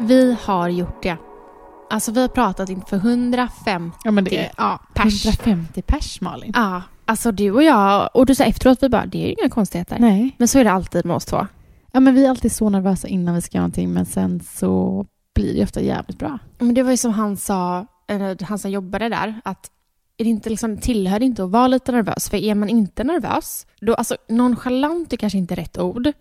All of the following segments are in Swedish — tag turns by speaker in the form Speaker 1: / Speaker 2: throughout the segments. Speaker 1: Vi har gjort det. Alltså vi har pratat inför 150
Speaker 2: Ja, men det är
Speaker 1: ja, pers.
Speaker 2: 150 pers, Malin.
Speaker 1: Ja, alltså du och jag. Och du sa efteråt, vi bara, det är ju inga konstigheter.
Speaker 2: Nej.
Speaker 1: Men så är det alltid med oss två.
Speaker 2: Ja, men vi är alltid så nervösa innan vi ska göra någonting, men sen så blir det ju ofta jävligt bra.
Speaker 1: Men det var ju som han sa, eller han som jobbade där, att är det inte liksom, tillhör det inte att vara lite nervös? För är man inte nervös, då, alltså nonchalant är kanske inte rätt ord,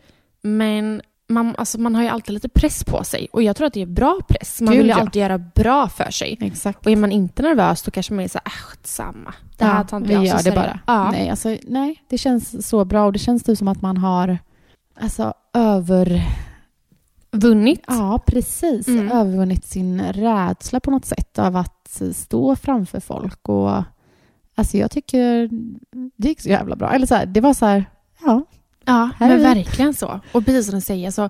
Speaker 1: men man, alltså, man har ju alltid lite press på sig. Och jag tror att det är bra press. Man
Speaker 2: Gud,
Speaker 1: vill ju
Speaker 2: ja.
Speaker 1: alltid göra bra för sig.
Speaker 2: Exakt.
Speaker 1: Och är man inte nervös, då kanske man är så här, äh, samma. Det här tar inte
Speaker 2: vi
Speaker 1: jag så
Speaker 2: gör det
Speaker 1: seriöst."
Speaker 2: bara.
Speaker 1: Ja.
Speaker 2: Nej, alltså, nej, det känns så bra och det känns typ som att man har alltså, över...
Speaker 1: Vunnit.
Speaker 2: Ja, precis.
Speaker 1: Mm.
Speaker 2: Övervunnit sin rädsla på något sätt av att stå framför folk. Och, alltså, jag tycker det gick så jävla bra. Eller så här, det var så här, ja.
Speaker 1: Ja,
Speaker 2: Här är
Speaker 1: men
Speaker 2: vi.
Speaker 1: verkligen så. Och precis som du säger, så,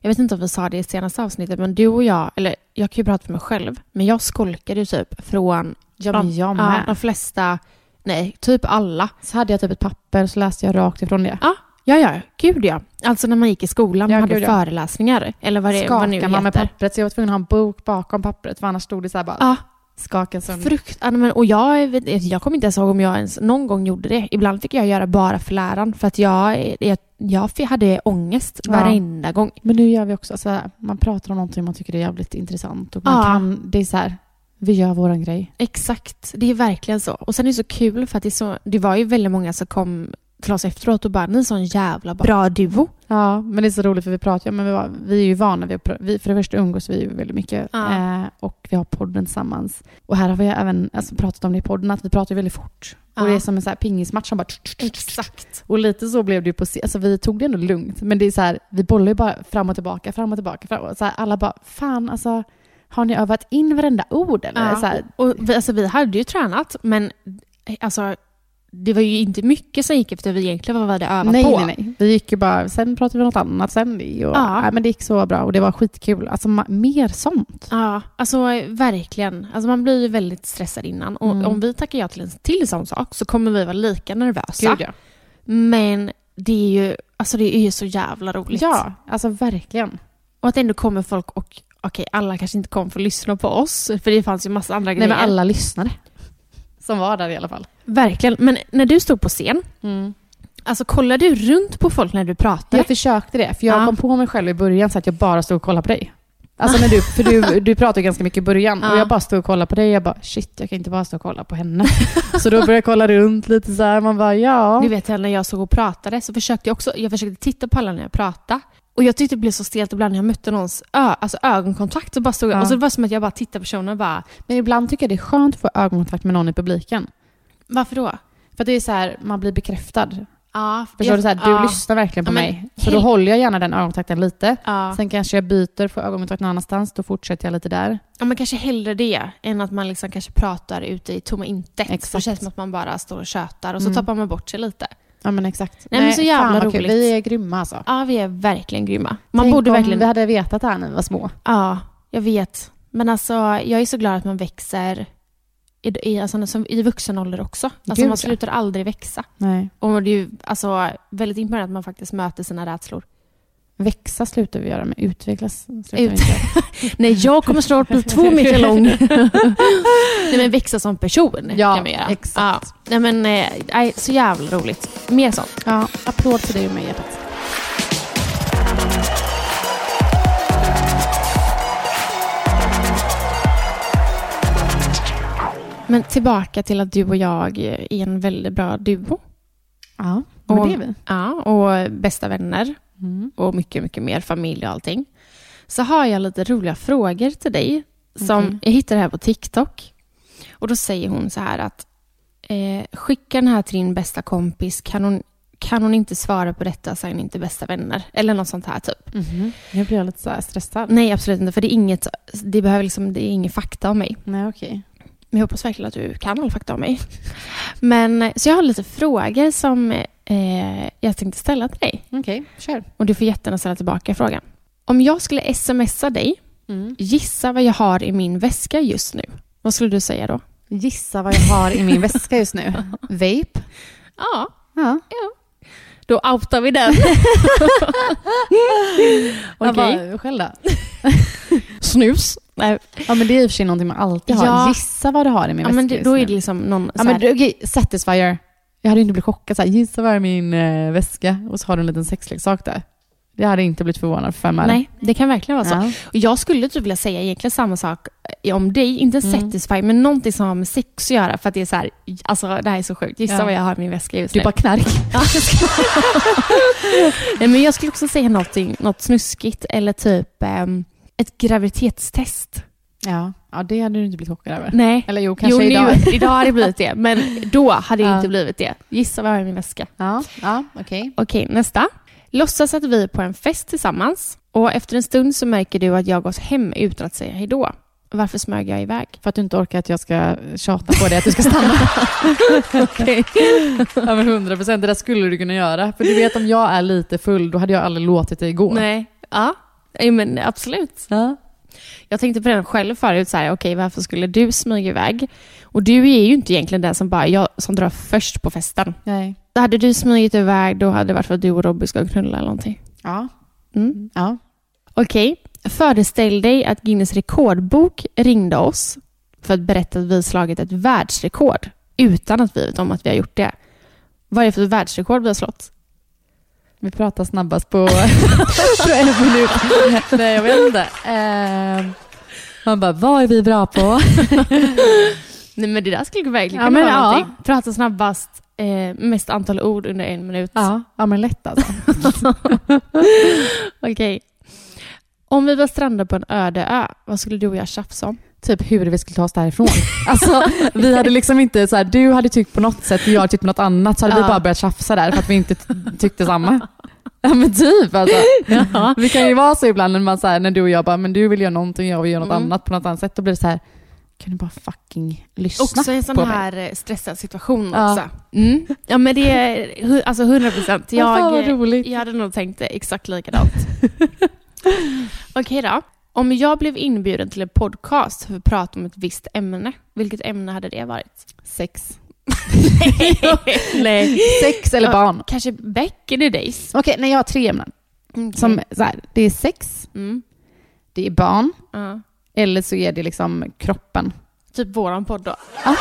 Speaker 1: jag vet inte om vi sa det i senaste avsnittet, men du och jag, eller jag kan ju prata för mig själv, men jag skolkade ju typ från
Speaker 2: Ja,
Speaker 1: de,
Speaker 2: men jag
Speaker 1: ja,
Speaker 2: med.
Speaker 1: de flesta, nej, typ alla.
Speaker 2: Så hade jag typ ett papper så läste jag rakt ifrån det.
Speaker 1: Ja, ja, gud ja. Alltså när man gick i skolan
Speaker 2: Ja,
Speaker 1: man hade
Speaker 2: gud, ja.
Speaker 1: föreläsningar, eller vad det vad nu
Speaker 2: Skakade
Speaker 1: heter.
Speaker 2: man med pappret så jag var tvungen att ha en bok bakom pappret för annars stod det så här bara
Speaker 1: Ja,
Speaker 2: skaka sönder.
Speaker 1: frukt. ja, men, och jag, vet- jag kommer inte ens ihåg om jag ens någon gång gjorde det. Ibland fick jag göra bara för läraren, för att jag, jag, jag hade ångest
Speaker 2: Ja.
Speaker 1: varenda gång.
Speaker 2: Men nu gör vi också så här, man pratar om någonting man tycker är jävligt intressant och man
Speaker 1: Ja.
Speaker 2: kan, det är så här, vi gör våran grej.
Speaker 1: Exakt, det är verkligen så. Och sen är det så kul för att det, är så, det var ju väldigt många som kom till oss efteråt och bara, ni är sån jävla bra, bra duo.
Speaker 2: Ja, men det är så roligt för vi pratar ju, men vi, var, vi är ju vana vid att pr- vi, för det första umgås vi ju väldigt mycket
Speaker 1: Ja.
Speaker 2: eh, och vi har podden tillsammans. Och här har vi ju även alltså, pratat om det i podden, att vi pratar ju väldigt fort.
Speaker 1: Ja.
Speaker 2: Och det är som en så här pingismatch som bara...
Speaker 1: Exakt.
Speaker 2: Och lite så blev det ju på scen. Alltså vi tog det ändå lugnt. Men det är så här, vi bollar ju bara fram och tillbaka, fram och tillbaka. Fram och så här, alla bara, fan alltså, har ni övat in varenda ord eller?
Speaker 1: Ja.
Speaker 2: Så här,
Speaker 1: Och vi, alltså, vi hade ju tränat, men alltså, det var ju inte mycket som gick efter vi egentligen vad vi hade övat
Speaker 2: nej,
Speaker 1: på.
Speaker 2: nej, nej. Vi gick ju bara, sen pratade vi något annat sen. det Och,
Speaker 1: Ja.
Speaker 2: nej, men det gick så bra och det var skitkul. Alltså ma- mer sånt.
Speaker 1: Ja, alltså verkligen. Alltså, man blir ju väldigt stressad innan. Och
Speaker 2: Mm.
Speaker 1: om vi tackar ja till en till sån sak så kommer vi vara lika nervösa.
Speaker 2: ja.
Speaker 1: Men det är ju alltså, det är ju så jävla roligt.
Speaker 2: Ja, alltså verkligen.
Speaker 1: Och att det ändå kommer folk och okej, alla kanske inte kom för att lyssna på oss, för det fanns ju massa andra
Speaker 2: Nej,
Speaker 1: grejer.
Speaker 2: men alla lyssnade. Som var där i alla fall. Mm.
Speaker 1: Verkligen. Men när du stod på scen, alltså kollade du runt på folk när du pratade?
Speaker 2: Jag försökte det, för jag
Speaker 1: Ja.
Speaker 2: kom på mig själv i början så att jag bara stod och kollade på dig. Alltså när du, för du, du pratade ganska mycket i början
Speaker 1: Ja.
Speaker 2: och jag bara stod och kollade på dig. Jag bara shit, jag kan inte bara stå och kolla på henne. så då började jag kolla runt lite så här. Man bara ja.
Speaker 1: Du vet jag, när jag såg och pratade så försökte jag också, jag försökte titta på alla när jag pratade. Och jag tyckte det blev så stelt ibland när jag mötte någons ö, alltså ögonkontakt. Så bara stod jag,
Speaker 2: Ja.
Speaker 1: och så var det som att jag bara tittade på personen och bara,
Speaker 2: Men ibland tycker jag det är skönt att få ögonkontakt med någon i publiken.
Speaker 1: varför då?
Speaker 2: För att det är så här, man blir bekräftad.
Speaker 1: Ja,
Speaker 2: Förstår du? Så här, du lyssnar verkligen på
Speaker 1: Ja, men
Speaker 2: mig. Så då
Speaker 1: hel-
Speaker 2: håller jag gärna den ögonkontakten lite.
Speaker 1: Ja.
Speaker 2: Sen kanske jag byter, får ögonkontakt någon annanstans. Då fortsätter jag lite där.
Speaker 1: ja, men kanske hellre det än att man liksom kanske pratar ute i tomma intet.
Speaker 2: Exakt.
Speaker 1: Då känns det som att man bara står och tjötar och så
Speaker 2: Mm.
Speaker 1: tappar man bort sig lite.
Speaker 2: Ja men exakt.
Speaker 1: Nej, men så jävla
Speaker 2: fan vad kul.
Speaker 1: roligt.
Speaker 2: Vi är grymma alltså.
Speaker 1: Ja, vi är verkligen grymma. Man
Speaker 2: Tänk
Speaker 1: borde
Speaker 2: om
Speaker 1: verkligen...
Speaker 2: vi hade vetat det här när vi var små.
Speaker 1: Ja, jag vet. Men alltså, jag är så glad att man växer i, i, alltså, som, i vuxen ålder också. Alltså
Speaker 2: Gud, ja.
Speaker 1: man slutar aldrig växa.
Speaker 2: Nej.
Speaker 1: Och det är ju alltså, väldigt imponerande att man faktiskt möter sina rädslor.
Speaker 2: Växa slutar vi göra, men utvecklas slutar
Speaker 1: Ut-
Speaker 2: vi inte.
Speaker 1: Nej, jag kommer snart bli två meter lång. Nej, men växa som person
Speaker 2: Ja,
Speaker 1: kan man göra.
Speaker 2: exakt.
Speaker 1: Ja. Nej, men, eh, nej, så jävla roligt. Mer sånt.
Speaker 2: Ja, applåd för dig och mig hjärtat.
Speaker 1: Men tillbaka till att du och jag är en väldigt bra duo.
Speaker 2: Ja, men
Speaker 1: Och-
Speaker 2: det är vi.
Speaker 1: Ja, och bästa vänner
Speaker 2: Mm.
Speaker 1: och mycket, mycket mer familj och allting. Så har jag lite roliga frågor till dig. Som
Speaker 2: Mhm.
Speaker 1: Jag hittade här på TikTok. Och då säger hon så här att eh, skicka den här till din bästa kompis. Kan hon, kan hon inte svara på detta så är ni inte bästa vänner. Eller något sånt här typ.
Speaker 2: Nu blir Mm-hmm. jag lite så här stressad.
Speaker 1: Nej, absolut inte. För det är inget, det behöver liksom, det är ingen fakta om mig.
Speaker 2: Nej, okej.
Speaker 1: Men jag hoppas verkligen att du kan all fakta om mig. Men, så jag har lite frågor som eh, jag tänkte ställa till dig.
Speaker 2: Okej, kör.
Speaker 1: Och du får jättegärna ställa tillbaka frågan. Om jag skulle smsa dig,
Speaker 2: Mm.
Speaker 1: gissa vad jag har i min väska just nu. Vad skulle du säga då?
Speaker 2: Gissa vad jag har i min väska just nu. Vape.
Speaker 1: Ja,
Speaker 2: Ja.
Speaker 1: då outar vi den. Okej.
Speaker 2: Okej. Själv då?
Speaker 1: Snus. Nej,
Speaker 2: Ja, men det är i och för sig någonting man alltid har.
Speaker 1: Ja.
Speaker 2: Gissa vad du har i min
Speaker 1: ja,
Speaker 2: väska
Speaker 1: men det,
Speaker 2: just
Speaker 1: då
Speaker 2: nu.
Speaker 1: är det liksom någon
Speaker 2: Ja,
Speaker 1: så
Speaker 2: men
Speaker 1: här,
Speaker 2: du, okej, Satisfyer. Jag hade inte blivit chockad. Så här, gissa vad är min eh, väska? Och så har du en liten sexleksak där. Jag hade inte blivit förvånad för fem öre.
Speaker 1: Nej, det kan verkligen vara så.
Speaker 2: Ja.
Speaker 1: Och jag skulle typ vilja säga egentligen samma sak eh, om dig. Inte
Speaker 2: Mm.
Speaker 1: satisfy, men någonting som har med sex att göra. För att det är så här, alltså det här är så sjukt. Gissa
Speaker 2: Ja.
Speaker 1: vad jag har i min väska just
Speaker 2: Du
Speaker 1: nu.
Speaker 2: bara knark.
Speaker 1: Nej, men jag skulle också säga någonting, något snuskigt eller typ ehm, ett graviditetstest.
Speaker 2: Ja. ja, det hade du inte blivit chockad över.
Speaker 1: Nej.
Speaker 2: Eller jo, kanske
Speaker 1: jo,
Speaker 2: idag.
Speaker 1: Nu, idag har det blivit det, men då hade det
Speaker 2: Ja.
Speaker 1: inte blivit det. Gissa vad jag har i min väska.
Speaker 2: Ja, ja okej.
Speaker 1: Okej, nästa. Låtsas att vi är på en fest tillsammans och efter en stund så märker du att jag gått hem utan att säga hejdå. Varför smög jag iväg?
Speaker 2: För att du inte orkar att jag ska tjata på dig att du ska stanna. Okej. Över hundra procent. Det där skulle du kunna göra. För du vet om jag är lite full, då hade jag aldrig låtit dig gå.
Speaker 1: Nej. Ja. Nej, men absolut.
Speaker 2: Ja.
Speaker 1: Jag tänkte på den själv förut, så här, okej varför skulle du smyga iväg? Och du är ju inte egentligen den som bara, jag som drar först på festen.
Speaker 2: Nej.
Speaker 1: Hade du smugit iväg då hade det varit för att du och Robby ska knulla eller någonting.
Speaker 2: Ja.
Speaker 1: Mm.
Speaker 2: ja.
Speaker 1: Okej, föreställ dig att Guinness rekordbok ringde oss för att berätta att vi slagit ett världsrekord utan att vi vet om att vi har gjort det. Vad är det för världsrekord vi har slått?
Speaker 2: Vi pratar snabbast på, på en minut. Nej, jag vet inte. Eh, man bara, vad är vi bra på?
Speaker 1: Nej men det där skulle verkligen
Speaker 2: Ja,
Speaker 1: kunna
Speaker 2: men
Speaker 1: vara
Speaker 2: ja.
Speaker 1: någonting. Prata snabbast, eh, mest antal ord under en minut.
Speaker 2: Ja, ja men lätt alltså.
Speaker 1: Okej. Om vi var strandade på en öde ö, vad skulle du och jag tjafsa om?
Speaker 2: Typ hur vi skulle ta oss därifrån. Alltså, vi hade liksom inte så här, du hade tyckt på något sätt och jag hade tyckt på något annat så hade
Speaker 1: Ja.
Speaker 2: vi bara börjat tjafsa där för att vi inte t- tyckte samma. Ja men typ alltså.
Speaker 1: Mm.
Speaker 2: Vi kan ju vara så ibland när, man, så här, när du och jag bara, men du vill göra någonting jag vill göra något
Speaker 1: Mm.
Speaker 2: annat på något annat sätt. Då blir det så här, kan du bara fucking lyssna
Speaker 1: Också
Speaker 2: på
Speaker 1: en sån
Speaker 2: mig?
Speaker 1: här eh, stressad situation
Speaker 2: Ja.
Speaker 1: också. Mm. Ja men det är hu- alltså 100 procent.
Speaker 2: Vad fan, vad roligt.
Speaker 1: jag hade nog tänkt det exakt likadant. Okej då. Om jag blev inbjuden till en podcast för att prata om ett visst ämne, vilket ämne hade det varit?
Speaker 2: Sex.
Speaker 1: Nej.
Speaker 2: Sex eller
Speaker 1: Ja.
Speaker 2: barn.
Speaker 1: Kanske back in the days.
Speaker 2: Okej, nej jag har tre ämnen. Som, så här, det är sex,
Speaker 1: Mm.
Speaker 2: det är barn
Speaker 1: Ja.
Speaker 2: eller så är det liksom kroppen.
Speaker 1: Typ våran podd då.
Speaker 2: Ja.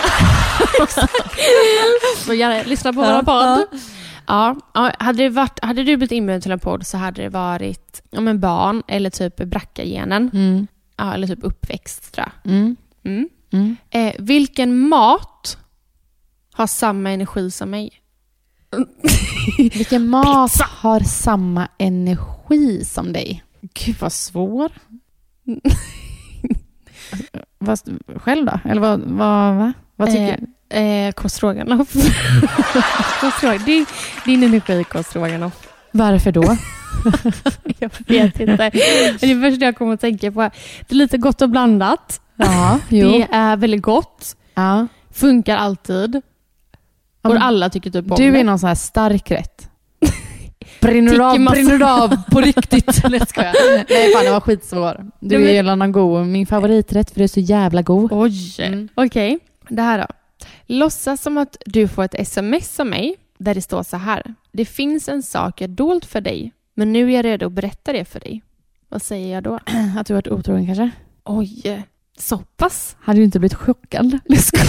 Speaker 1: Får gärna lyssna på
Speaker 2: Ja,
Speaker 1: våran podd. Ja. Ja, hade, det varit, hade du blivit inbjuden till en podd så hade det varit om en barn eller typ brackagenen.
Speaker 2: Mm.
Speaker 1: Ja, eller typ uppväxt tror jag.
Speaker 2: Mm.
Speaker 1: Mm.
Speaker 2: Mm.
Speaker 1: Eh, vilken mat har samma energi som mig?
Speaker 2: Vilken mat har samma energi som dig? Gud vad svår. vad, själv då? Eller vad, vad, va? vad tycker du?
Speaker 1: Eh, Kostroganoff. Din, din energi är kostroganoff.
Speaker 2: Varför då?
Speaker 1: Jag vet inte. Det första jag kommer att tänka på. Det är lite gott och blandat.
Speaker 2: ja, jo.
Speaker 1: Det är väldigt gott.
Speaker 2: ja.
Speaker 1: Funkar alltid.
Speaker 2: Ja,
Speaker 1: Och
Speaker 2: men
Speaker 1: alla tycker typ om
Speaker 2: Du
Speaker 1: det.
Speaker 2: är någon sån här stark rätt. Brinner
Speaker 1: Ticker
Speaker 2: av,
Speaker 1: massa.
Speaker 2: brinner av på riktigt. Nej, jag skojar. Nej, fan det var skitsvår. Du
Speaker 1: Nej, men-
Speaker 2: är gillar någon god. Min favoriträtt för det är så jävla god.
Speaker 1: Oj!
Speaker 2: Mm.
Speaker 1: Okej, det här då. Låtsas som att du får ett sms av mig där det står så här. Det finns en sak jag dolt för dig, men nu är jag redo att berätta det för dig. Vad säger jag då?
Speaker 2: Att du varit otrogen kanske?
Speaker 1: Oj, så pass?
Speaker 2: Hade du inte blivit chockad?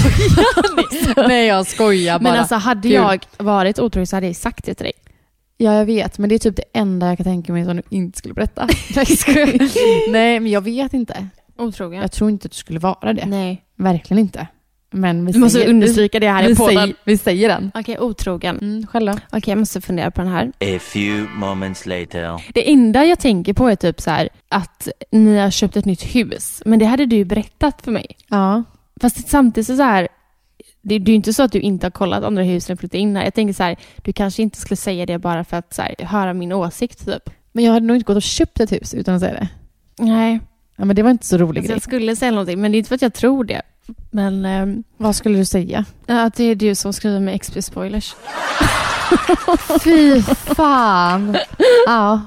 Speaker 2: Skojar Nej, jag skojar bara.
Speaker 1: Men alltså hade
Speaker 2: Kul.
Speaker 1: jag varit otrogen så hade jag sagt det till dig.
Speaker 2: Ja, jag vet. Men det är typ det enda jag kan tänka mig som du inte skulle berätta. Nej, jag skojar. Nej, men jag vet inte.
Speaker 1: Otrogen?
Speaker 2: Jag tror inte att du skulle vara det.
Speaker 1: Nej.
Speaker 2: Verkligen inte. Men vi
Speaker 1: Du måste
Speaker 2: säger,
Speaker 1: understryka det här
Speaker 2: vi,
Speaker 1: i
Speaker 2: vi,
Speaker 1: podden.
Speaker 2: säger, vi säger den.
Speaker 1: Okej, otrogen.
Speaker 2: Mm, själv då?
Speaker 1: Okej, jag måste fundera på den här.
Speaker 3: A few moments later.
Speaker 1: Det enda jag tänker på är typ så här att ni har köpt ett nytt hus. Men det hade du ju berättat för mig.
Speaker 2: Ja.
Speaker 1: Fast samtidigt så, så här, det, det är ju inte så att du inte har kollat andra hus när du flyttade in här. Jag tänker så här, du kanske inte skulle säga det bara för att så här, höra min åsikt typ.
Speaker 2: Men jag hade nog inte gått och köpt ett hus utan att säga det.
Speaker 1: Nej,
Speaker 2: Ja, men det var inte så rolig
Speaker 1: alltså,
Speaker 2: grej.
Speaker 1: jag skulle säga någonting, men det är inte för att jag tror det. Men ehm,
Speaker 2: Vad skulle du säga?
Speaker 1: att det är du som skriver med XP-spoilers.
Speaker 2: Fy fan. Ja,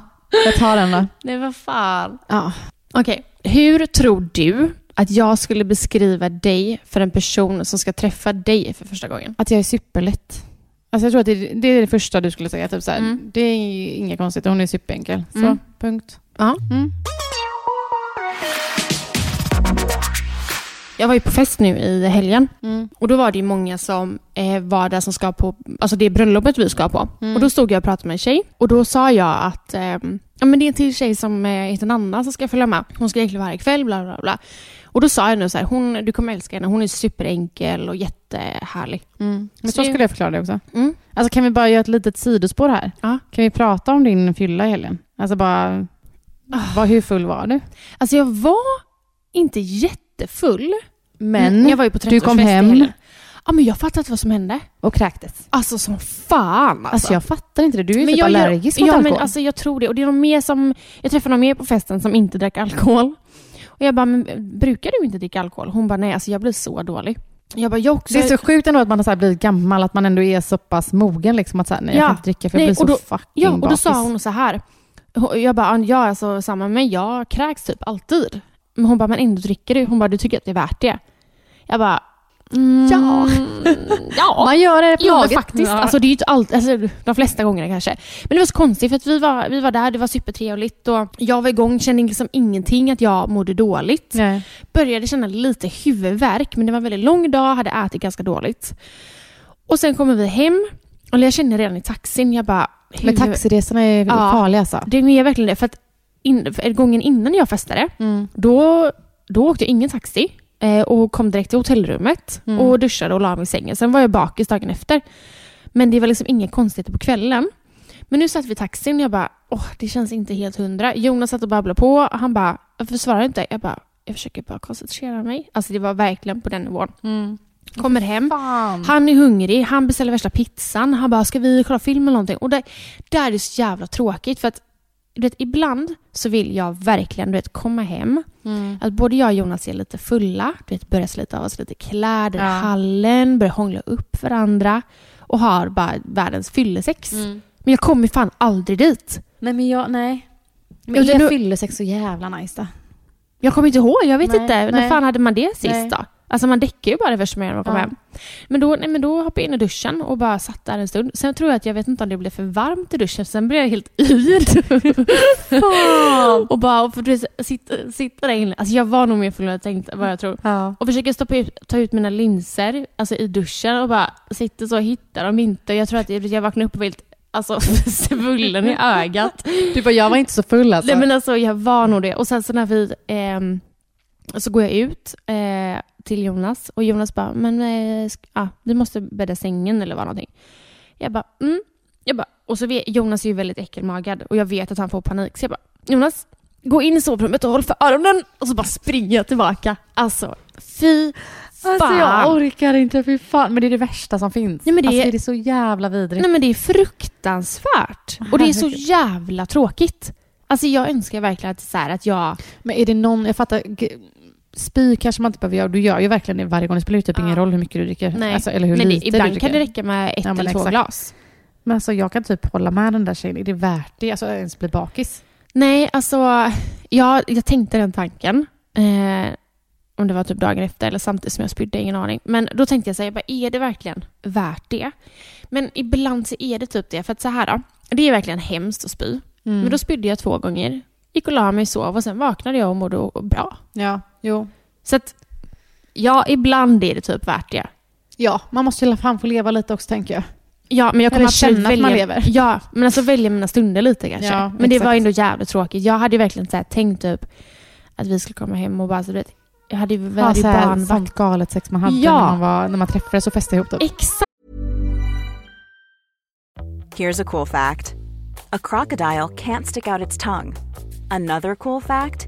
Speaker 2: jag tar den då.
Speaker 1: Nej, vad fan.
Speaker 2: Ja.
Speaker 1: Okej, hur tror du att jag skulle beskriva dig för en person som ska träffa dig för första gången?
Speaker 2: Att jag är superlätt. Alltså jag tror att det, det är det första du skulle säga. Typ så här,
Speaker 1: Mm.
Speaker 2: Det är ju inga konstigheter, hon är superenkel. Så,
Speaker 1: Mm.
Speaker 2: punkt.
Speaker 1: Ja.
Speaker 2: Mm.
Speaker 1: Jag var ju på fest nu i helgen
Speaker 2: Mm.
Speaker 1: och då var det ju många som eh, var där som ska på, alltså det bröllopet vi ska på.
Speaker 2: Mm.
Speaker 1: Och då stod jag och pratade med en tjej och då sa jag att ehm, ja, men det är en till tjej som eh, heter Nanna som ska följa med. Hon ska egentligen vara här ikväll, bla bla bla. Och då sa jag nu så här, hon, du kommer älska henne, hon är superenkel och jättehärlig.
Speaker 2: Men
Speaker 1: Så
Speaker 2: så
Speaker 1: det-
Speaker 2: skulle jag förklara det också.
Speaker 1: Mm.
Speaker 2: Alltså kan vi bara göra ett litet sidospår här?
Speaker 1: Ja.
Speaker 2: Kan vi prata om din fylla i helgen? Alltså bara, vad, hur full var du?
Speaker 1: Alltså jag var inte jättefull.
Speaker 2: Men
Speaker 1: jag var ju på
Speaker 2: du kom
Speaker 1: 30-årsfest i
Speaker 2: hem.
Speaker 1: helgen. Ja men jag fattade inte vad som hände.
Speaker 2: och kräktes.
Speaker 1: Alltså som fan alltså.
Speaker 2: Alltså jag fattar inte det. Du är ju
Speaker 1: Men
Speaker 2: typ
Speaker 1: jag gör-
Speaker 2: allergisk mot
Speaker 1: ja,
Speaker 2: alkohol.
Speaker 1: men alltså jag tror det. Och det är någon mer som, jag träffade någon mer på festen som inte drack alkohol. Och jag bara, men brukar du inte dricka alkohol? Hon bara, nej alltså jag blir så dålig. Jag bara, jag också.
Speaker 2: det är så sjukt ändå att man har så här blivit gammal, att man ändå är så pass mogen. Liksom, att så här, nej,
Speaker 1: Ja.
Speaker 2: jag kan inte dricka för jag
Speaker 1: Nej,
Speaker 2: blir så
Speaker 1: och då-
Speaker 2: fucking
Speaker 1: ja, och då
Speaker 2: bakis.
Speaker 1: sa hon så här. Hon- Jag bara, ja alltså samma med jag kräks typ alltid. Men hon bara, men ändå dricker du. Hon bara, du tycker att det är värt det. Jag bara, mm,
Speaker 2: Ja.
Speaker 1: ja.
Speaker 2: Man gör det på
Speaker 1: Ja,
Speaker 2: laget.
Speaker 1: faktiskt. Alltså, det är ju inte allt, alltså, de flesta gångerna kanske. Men det var så konstigt för att vi var, vi var där, det var supertrevligt och jag var igång, kände liksom ingenting att jag mådde dåligt.
Speaker 2: nej.
Speaker 1: Började känna lite huvudvärk men det var en väldigt lång dag, hade ätit ganska dåligt. Och sen kommer vi hem, och jag kände redan i taxin, jag bara...
Speaker 2: Men
Speaker 1: huvud-
Speaker 2: taxiresorna är
Speaker 1: Ja.
Speaker 2: farliga alltså.
Speaker 1: Det är verkligen det, för att in, för gången innan jag festade, då, då åkte jag ingen taxi eh, och kom direkt till hotellrummet
Speaker 2: Mm.
Speaker 1: och duschade och la mig i sängen. Sen var jag bakis dagen efter. Men det var liksom inga konstigheter på kvällen. Men nu satt vi i taxin och jag bara, åh, det känns inte helt hundra. Jonas satt och babblade på. Han bara, varför svarar du inte? Jag bara, jag försöker bara koncentrera mig. Alltså det var verkligen på den nivån. Kommer hem.
Speaker 2: Fan.
Speaker 1: Han är hungrig, han beställer värsta pizzan. Han bara, ska vi kolla film eller någonting? Och där, där är det så jävla tråkigt för att du vet, ibland så vill jag verkligen du vet, komma hem. Att både jag och Jonas är lite fulla, du vet, börjar slita av oss lite kläder i
Speaker 2: Ja.
Speaker 1: hallen, börjar hångla upp varandra och har bara världens fyllesex.
Speaker 2: Mm.
Speaker 1: Men jag kommer fan aldrig dit.
Speaker 2: Nej men jag, nej.
Speaker 1: Jo,
Speaker 2: Men
Speaker 1: det-
Speaker 2: är
Speaker 1: nu-
Speaker 2: fyllesex så jävla nice då?
Speaker 1: Jag kommer inte ihåg, jag vet
Speaker 2: Nej,
Speaker 1: inte. När
Speaker 2: nej.
Speaker 1: fan hade man det sist
Speaker 2: Nej.
Speaker 1: då? Alltså man däckar ju bara det första man gör när man kommer
Speaker 2: Ja.
Speaker 1: hem. Men då, nej, men då hoppade jag in i duschen och bara satt där en stund. Sen tror jag att jag vet inte om det blev för varmt i duschen, sen blev jag helt yr. och bara, för du vet, sitta, sitta där inne. Alltså jag var nog mer full än jag tänkte, vad jag tror.
Speaker 2: Ja.
Speaker 1: Och försöker stoppa ut, ta ut mina linser alltså i duschen och bara sitter så och hittar dem inte. Jag tror att jag, jag vaknade upp och var helt alltså, svullen i ögat.
Speaker 2: Du bara, jag var inte så full alltså.
Speaker 1: Nej men alltså jag var nog det. Och sen så när vi, ehm, så går jag ut eh, till Jonas och Jonas bara, men eh, sk- ah, vi måste bädda sängen eller vad någonting. Jag bara, mm. Jag bara, och så vet, Jonas är ju väldigt äckelmagad och jag vet att han får panik. Så jag bara, Jonas, gå in i sovrummet och håll för öronen. Och så bara springer jag tillbaka. Alltså, fy fan.
Speaker 2: Alltså jag orkar inte, fy fan. Men det är det värsta som finns.
Speaker 1: Nej, men det
Speaker 2: alltså,
Speaker 1: är-
Speaker 2: det är så jävla vidrigt.
Speaker 1: Nej men det är fruktansvärt. Och det är så
Speaker 2: Herregud.
Speaker 1: jävla tråkigt. Alltså jag önskar verkligen att, så här, att jag...
Speaker 2: Men är det någon, jag fattar, g- spy kanske man inte behöver göra. Du gör ju verkligen det varje gång. Det spelar ju typ
Speaker 1: Ja.
Speaker 2: ingen roll hur mycket du dricker.
Speaker 1: Nej.
Speaker 2: Alltså, eller hur
Speaker 1: men det,
Speaker 2: lite du
Speaker 1: ibland
Speaker 2: dricker.
Speaker 1: kan det räcka med ett
Speaker 2: Ja, men
Speaker 1: eller två
Speaker 2: exakt.
Speaker 1: glas.
Speaker 2: Men alltså jag kan typ hålla med den där tjejen. Är det värt det? Alltså ens bli bakis?
Speaker 1: Nej, alltså ja, jag tänkte den tanken. Eh, om det var typ dagen efter eller samtidigt som jag spydde, ingen aning. Men då tänkte jag så här, jag bara, är det verkligen värt det? Men ibland så är det typ det. För att så här då, det är verkligen hemskt att spy. Men då spydde jag två gånger. Gick och la mig, sov och sen vaknade jag och mådde bra.
Speaker 2: Ja, jo.
Speaker 1: Så att, ja, ibland är det typ värt det.
Speaker 2: Ja, man måste ju fan få leva lite också tänker jag.
Speaker 1: Ja, men jag kommer
Speaker 2: Eller
Speaker 1: absolut
Speaker 2: känna att
Speaker 1: välja,
Speaker 2: man lever.
Speaker 1: Ja, men alltså välja mina stunder lite kanske.
Speaker 2: Ja,
Speaker 1: men det var
Speaker 2: exakt.
Speaker 1: ändå jävligt tråkigt. Jag hade ju verkligen så här tänkt typ att vi skulle komma hem och bara så du vet, jag hade ju
Speaker 2: Ja,
Speaker 1: varit
Speaker 2: så här,
Speaker 1: barnvakt.
Speaker 2: sånt galet sex man hade
Speaker 1: Ja.
Speaker 2: när, man var, när man träffades och festade ihop. Typ.
Speaker 1: Exakt.
Speaker 4: Here's a cool fact a crocodile can't stick out its tongue. Another cool fact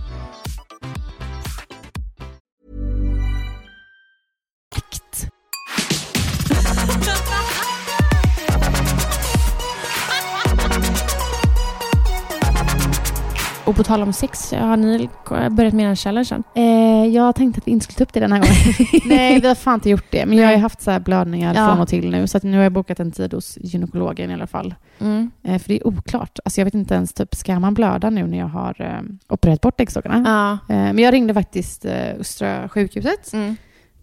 Speaker 1: Och på tal om sex, har ni börjat med den challengen?
Speaker 2: Eh, jag tänkte att vi inte skulle ta upp det den här gången. Nej, vi har fan inte gjort det. Men jag har ju haft så här blödningar
Speaker 1: Ja.
Speaker 2: från och till nu. Så att nu har jag bokat en tid hos gynekologen i alla fall.
Speaker 1: Mm,
Speaker 2: Eh, för det är oklart. Alltså jag vet inte ens, typ, ska man blöda nu när jag har eh, opererat bort äggstockarna?
Speaker 1: Ja.
Speaker 2: Eh, men jag ringde faktiskt eh, Östra sjukhuset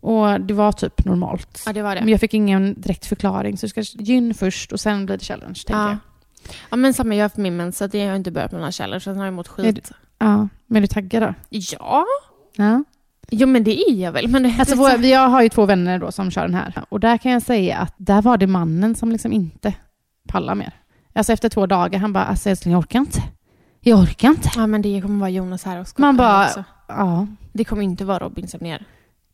Speaker 2: och det var typ normalt.
Speaker 1: Mm. Ja, det var det.
Speaker 2: Men jag fick ingen direkt förklaring. Så det ska gyn först och sen blir det challenge, tänker
Speaker 1: ja.
Speaker 2: jag.
Speaker 1: ja, men samma. Jag har haft min mens, så att jag har inte börjat med den här challengen. Sen har jag mått
Speaker 2: Är du-
Speaker 1: skit.
Speaker 2: Ja, men är du taggad då?
Speaker 1: Ja.
Speaker 2: Ja.
Speaker 1: Jo, men det är jag väl. Men det,
Speaker 2: Alltså våra, vi- jag har ju två vänner då som kör den här. Och där kan jag säga att där var det mannen som liksom inte pallar mer. Alltså efter två dagar, han bara alltså älskling jag orkar inte. Jag orkar inte.
Speaker 1: Ja, men det kommer vara Jonas här också.
Speaker 2: Man bara-
Speaker 1: Också.
Speaker 2: Ja,
Speaker 1: Det kommer inte vara Robin som ner.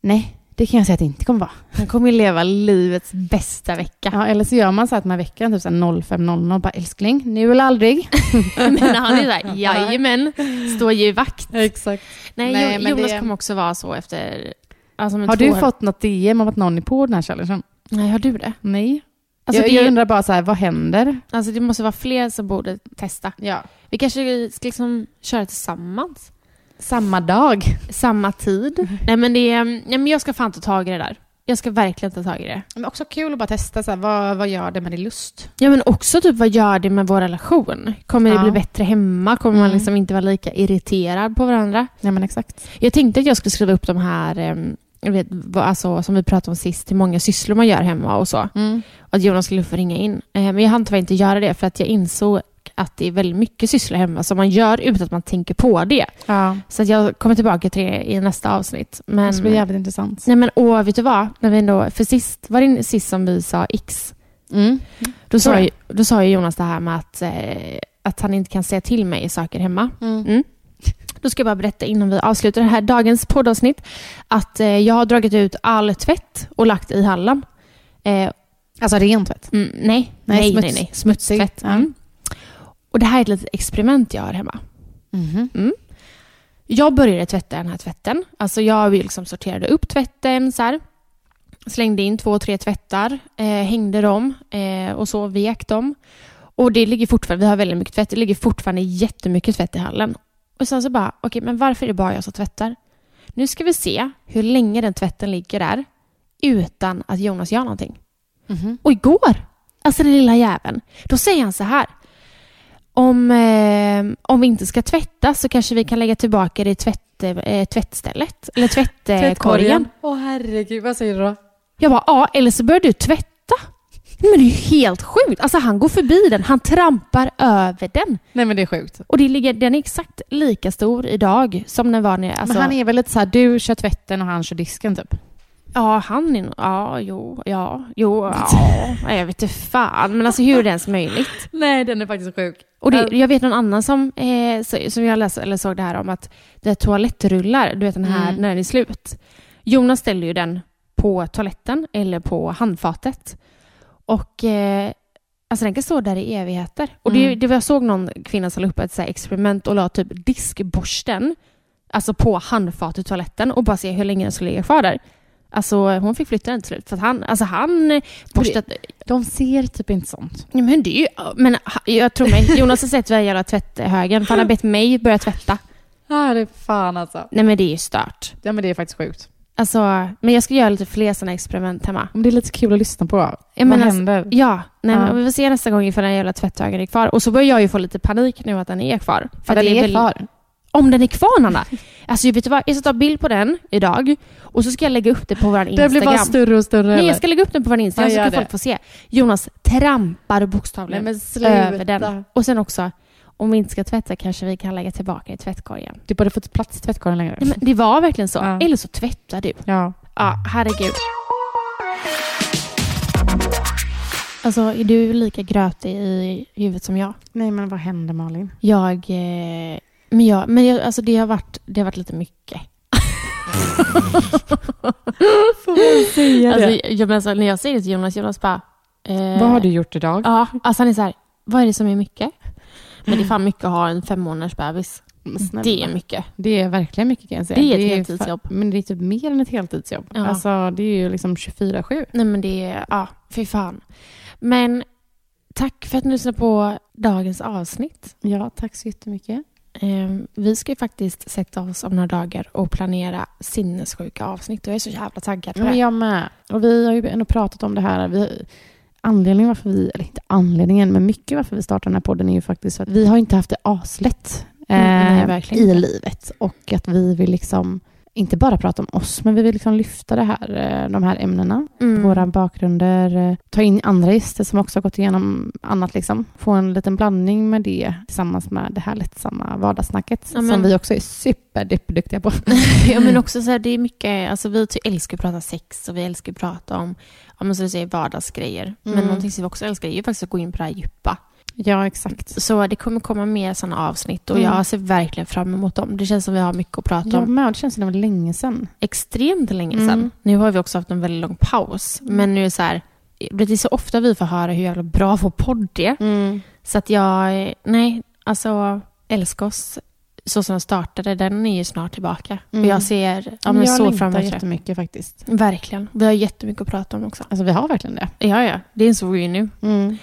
Speaker 2: nej. Det kan jag säga att det inte kommer vara.
Speaker 1: Han kommer ju leva livets bästa vecka.
Speaker 2: Ja, eller så gör man så att man väcker en typ så här 05.00 och bara älskling, nu eller aldrig.
Speaker 1: Men han är där, jajamän, står ju vakt.
Speaker 2: Exakt.
Speaker 1: Nej,
Speaker 2: Nej,
Speaker 1: Jo-
Speaker 2: men
Speaker 1: Jonas
Speaker 2: det-
Speaker 1: kommer också vara så efter... Alltså med
Speaker 2: Har
Speaker 1: två
Speaker 2: du
Speaker 1: år.
Speaker 2: fått något DM om att någon är på den här challengen?
Speaker 1: Nej, har du det?
Speaker 2: Nej.
Speaker 1: Alltså,
Speaker 2: jag,
Speaker 1: det,
Speaker 2: jag undrar bara så här, vad händer?
Speaker 1: alltså det måste vara fler som borde testa.
Speaker 2: Ja.
Speaker 1: Vi kanske ska liksom köra tillsammans?
Speaker 2: Samma dag.
Speaker 1: Samma tid? nej, men det är, nej, men jag ska fan ta tag i det där. Jag ska verkligen ta tag i det.
Speaker 2: Men också kul att bara testa, så här, vad, vad gör det med din lust?
Speaker 1: Ja, men också typ vad gör det med vår relation? Kommer det
Speaker 2: Ja.
Speaker 1: bli bättre hemma? Kommer man
Speaker 2: Mm.
Speaker 1: liksom inte vara lika irriterad på varandra?
Speaker 2: Ja men exakt.
Speaker 1: Jag tänkte att jag skulle skriva upp de här em, jag vet, vad- alltså, som vi pratade om sist, hur många sysslor man gör hemma och så.
Speaker 2: Mm.
Speaker 1: Att Jonas skulle få ringa in. Eh, Men jag hann tyvärr inte göra det för att jag insåg att det är väldigt mycket sysslor hemma som man gör utan att man tänker på det.
Speaker 2: Ja.
Speaker 1: Så att jag kommer tillbaka till det i nästa avsnitt. Men,
Speaker 2: Alltså, Det ska bli jävligt intressant.
Speaker 1: nej men åh, vet du vad? När vi ändå, för sist, var det sist som vi sa X?
Speaker 2: Mm.
Speaker 1: Då
Speaker 2: Tror
Speaker 1: sa,
Speaker 2: jag.
Speaker 1: ju, då sa ju Jonas det här med att, eh, att han inte kan säga till mig saker hemma.
Speaker 2: Mm.
Speaker 1: Då ska jag bara berätta innan vi avslutar det här dagens poddavsnitt att eh, jag har dragit ut all tvätt och lagt i hallen. Eh, mm,
Speaker 2: Alltså ren tvätt.
Speaker 1: nej, nej, nej, nej, nej.
Speaker 2: Smutsig.
Speaker 1: Tvätt.
Speaker 2: Ja.
Speaker 1: Mm. Och det här är ett litet experiment jag har hemma.
Speaker 2: Mhm.
Speaker 1: Jag började tvätta den här tvätten. Alltså jag liksom sorterade upp tvätten så här. Slängde in två, tre tvättar, eh, hängde dem eh, och så vek dem. Och det ligger fortfarande, vi har väldigt mycket tvätt, det ligger fortfarande jättemycket tvätt i hallen. Och sen så bara, okej men varför är det bara jag som tvättar? Nu ska vi se hur länge den tvätten ligger där utan att Jonas gör någonting. Och igår, alltså den lilla jäveln, då säger han så här. Om, eh, om vi inte ska tvätta så kanske vi kan lägga tillbaka det i tvätt, eh, tvättstället. Eller tvättkorgen.
Speaker 2: Åh herregud, vad säger du då?
Speaker 1: Jag bara, ja, eller så börjar du tvätta. Men det är ju helt sjukt. Alltså han går förbi den, han trampar över den.
Speaker 2: Nej men det är sjukt.
Speaker 1: Och det ligger, den är exakt lika stor idag som den var när jag... Alltså,
Speaker 2: Men han är väl lite så här, du kör tvätten och han kör disken typ.
Speaker 1: Ja, han är nog... Ja, jo, ja, jo, ja. Nej, Jag vet inte fan. Men alltså hur är det ens möjligt?
Speaker 2: Nej, den är faktiskt sjuk.
Speaker 1: Och det, jag vet någon annan som, eh, så- som jag läste, eller såg det här om att det är toalettrullar, du vet den här
Speaker 2: Mm.
Speaker 1: när den är slut. Jonas ställer ju den på toaletten eller på handfatet. Och eh, alltså den kan stå där i evigheter. Och det,
Speaker 2: Mm.
Speaker 1: det var, jag såg någon kvinna som la upp ett så här experiment och la typ diskborsten alltså på handfatet i toaletten och bara se hur länge den skulle ligga kvar där. Alltså hon fick flytta den till slut för att han, alltså han eh, borstat,
Speaker 2: De ser typ inte sånt.
Speaker 1: Ja, men det är ju, men ha- jag tror mig, Jonas har sett vad jag jävla tvätthögen för han har bett mig börja tvätta.
Speaker 2: Ja, det är fan alltså.
Speaker 1: Nej men det är ju stört.
Speaker 2: Ja, men det är faktiskt sjukt.
Speaker 1: Alltså, men jag ska göra lite fler sådana experiment hemma.
Speaker 2: Men det är lite kul att lyssna på. Vad
Speaker 1: Jag menar,
Speaker 2: händer?
Speaker 1: alltså, Ja, nej,
Speaker 2: Ja.
Speaker 1: men vi får se nästa gång ifall den jävla tvätthögen är kvar. Och så börjar jag ju få lite panik nu att den är kvar. För
Speaker 2: För
Speaker 1: att
Speaker 2: den
Speaker 1: det
Speaker 2: är
Speaker 1: väl-
Speaker 2: kvar.
Speaker 1: Om den är kvar Nanna! Alltså vet du vad, jag ska ta bild på den idag och så ska jag lägga upp det på vår Instagram.
Speaker 2: Det blir bara större och större.
Speaker 1: Nej,
Speaker 2: eller?
Speaker 1: jag ska lägga upp den på vår Instagram
Speaker 2: Ja,
Speaker 1: så
Speaker 2: gör
Speaker 1: kan
Speaker 2: det.
Speaker 1: folk få se. Jonas trampar bokstavligen.
Speaker 2: Nej, men
Speaker 1: över
Speaker 2: sluta.
Speaker 1: den. Och sen också, om vi inte ska tvätta kanske vi kan lägga tillbaka i tvättkorgen.
Speaker 2: Du borde fått plats i tvättkorgen längre.
Speaker 1: Nej, men det var verkligen så.
Speaker 2: Ja.
Speaker 1: Eller så tvättar du.
Speaker 2: Ja.
Speaker 1: Ja, herregud. Alltså, är du lika grötig i huvudet som jag?
Speaker 2: Nej, men vad händer Malin?
Speaker 1: Jag... Eh, men jag, men jag, alltså det, har varit, det har varit lite mycket.
Speaker 2: Säga
Speaker 1: Alltså, jag, men alltså, när jag säger det till Jonas, Jonas bara... eh,
Speaker 2: Vad har du gjort idag?
Speaker 1: Ja, alltså han är så här, vad är det som är mycket? Men det är fan mycket att ha en fem månaders bebis. Det är mycket.
Speaker 2: Det är verkligen mycket kan jag säga.
Speaker 1: Det är ett
Speaker 2: ju
Speaker 1: heltidsjobb.
Speaker 2: fa- Men det är typ mer än ett heltidsjobb.
Speaker 1: Ja.
Speaker 2: Alltså, det är ju liksom 24-7.
Speaker 1: Nej men det är, ja, fy fan. Men tack för att ni lyssnade på dagens avsnitt.
Speaker 2: Ja, tack så jättemycket.
Speaker 1: Eh, vi ska ju faktiskt sätta oss om några dagar och planera sinnessjuka avsnitt. Och jag är så jävla taggad
Speaker 2: Ja,
Speaker 1: på
Speaker 2: men
Speaker 1: det.
Speaker 2: jag med. Och vi har ju ändå pratat om det här. Vi, anledningen varför vi, eller inte anledningen, men mycket varför vi startade den här podden är ju faktiskt för att vi har inte haft det aslätt eh,
Speaker 1: Mm, nej, verkligen
Speaker 2: i
Speaker 1: inte.
Speaker 2: livet. Och att vi vill liksom, inte bara prata om oss, men vi vill liksom lyfta det här, eh, de här ämnena,
Speaker 1: Mm.
Speaker 2: våra bakgrunder, eh, ta in andra gäster som också har gått igenom annat. Liksom. Få en liten blandning med det tillsammans med det här lättsamma vardagssnacket
Speaker 1: Ja, men-
Speaker 2: som vi också är superduktiga på.
Speaker 1: Ja, men också så här, det är mycket, alltså vi ty- älskar att prata sex och vi älskar att prata om, ja men som du säger, vardagsgrejer. Men
Speaker 2: Mm.
Speaker 1: någonting som vi också älskar är ju faktiskt att gå in på det här djupa.
Speaker 2: ja, exakt.
Speaker 1: Så det kommer komma mer sådana avsnitt och
Speaker 2: Mm.
Speaker 1: jag ser verkligen fram emot dem. Det känns som vi har mycket att prata
Speaker 2: Jag
Speaker 1: om.
Speaker 2: med, det känns som det var länge sedan.
Speaker 1: Extremt länge sedan.
Speaker 2: Mm.
Speaker 1: Nu har vi också haft en väldigt lång paus. Men nu är det så här, det är så ofta vi får höra hur jävla bra vår podd är. Så att jag, nej, alltså älskar oss så som den startade. Den är ju snart tillbaka.
Speaker 2: Mm.
Speaker 1: Och jag ser ja, men
Speaker 2: jag
Speaker 1: så
Speaker 2: längtar
Speaker 1: fram emot det.
Speaker 2: jättemycket faktiskt.
Speaker 1: Verkligen. Vi har jättemycket att prata om också.
Speaker 2: Alltså vi har verkligen det.
Speaker 1: Ja, ja. Det insåg vi ju nu.
Speaker 2: Mm.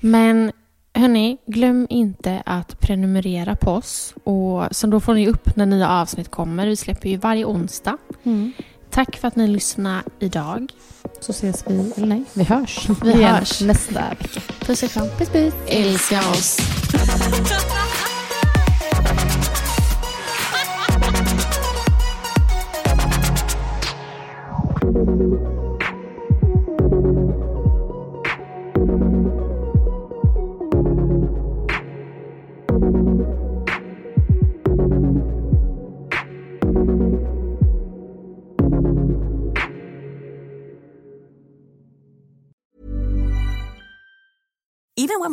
Speaker 1: Men hörni, glöm inte att prenumerera på oss. Och, så då får ni upp när nya avsnitt kommer. Vi släpper ju varje onsdag.
Speaker 2: Mm.
Speaker 1: Tack för att ni lyssnade idag.
Speaker 2: Så ses vi, eller nej, vi hörs.
Speaker 1: Vi
Speaker 2: Igen
Speaker 1: hörs.
Speaker 2: Nästa vecka.
Speaker 1: Puss och kram.
Speaker 2: Puss puss.
Speaker 1: Älska oss.
Speaker 5: Even when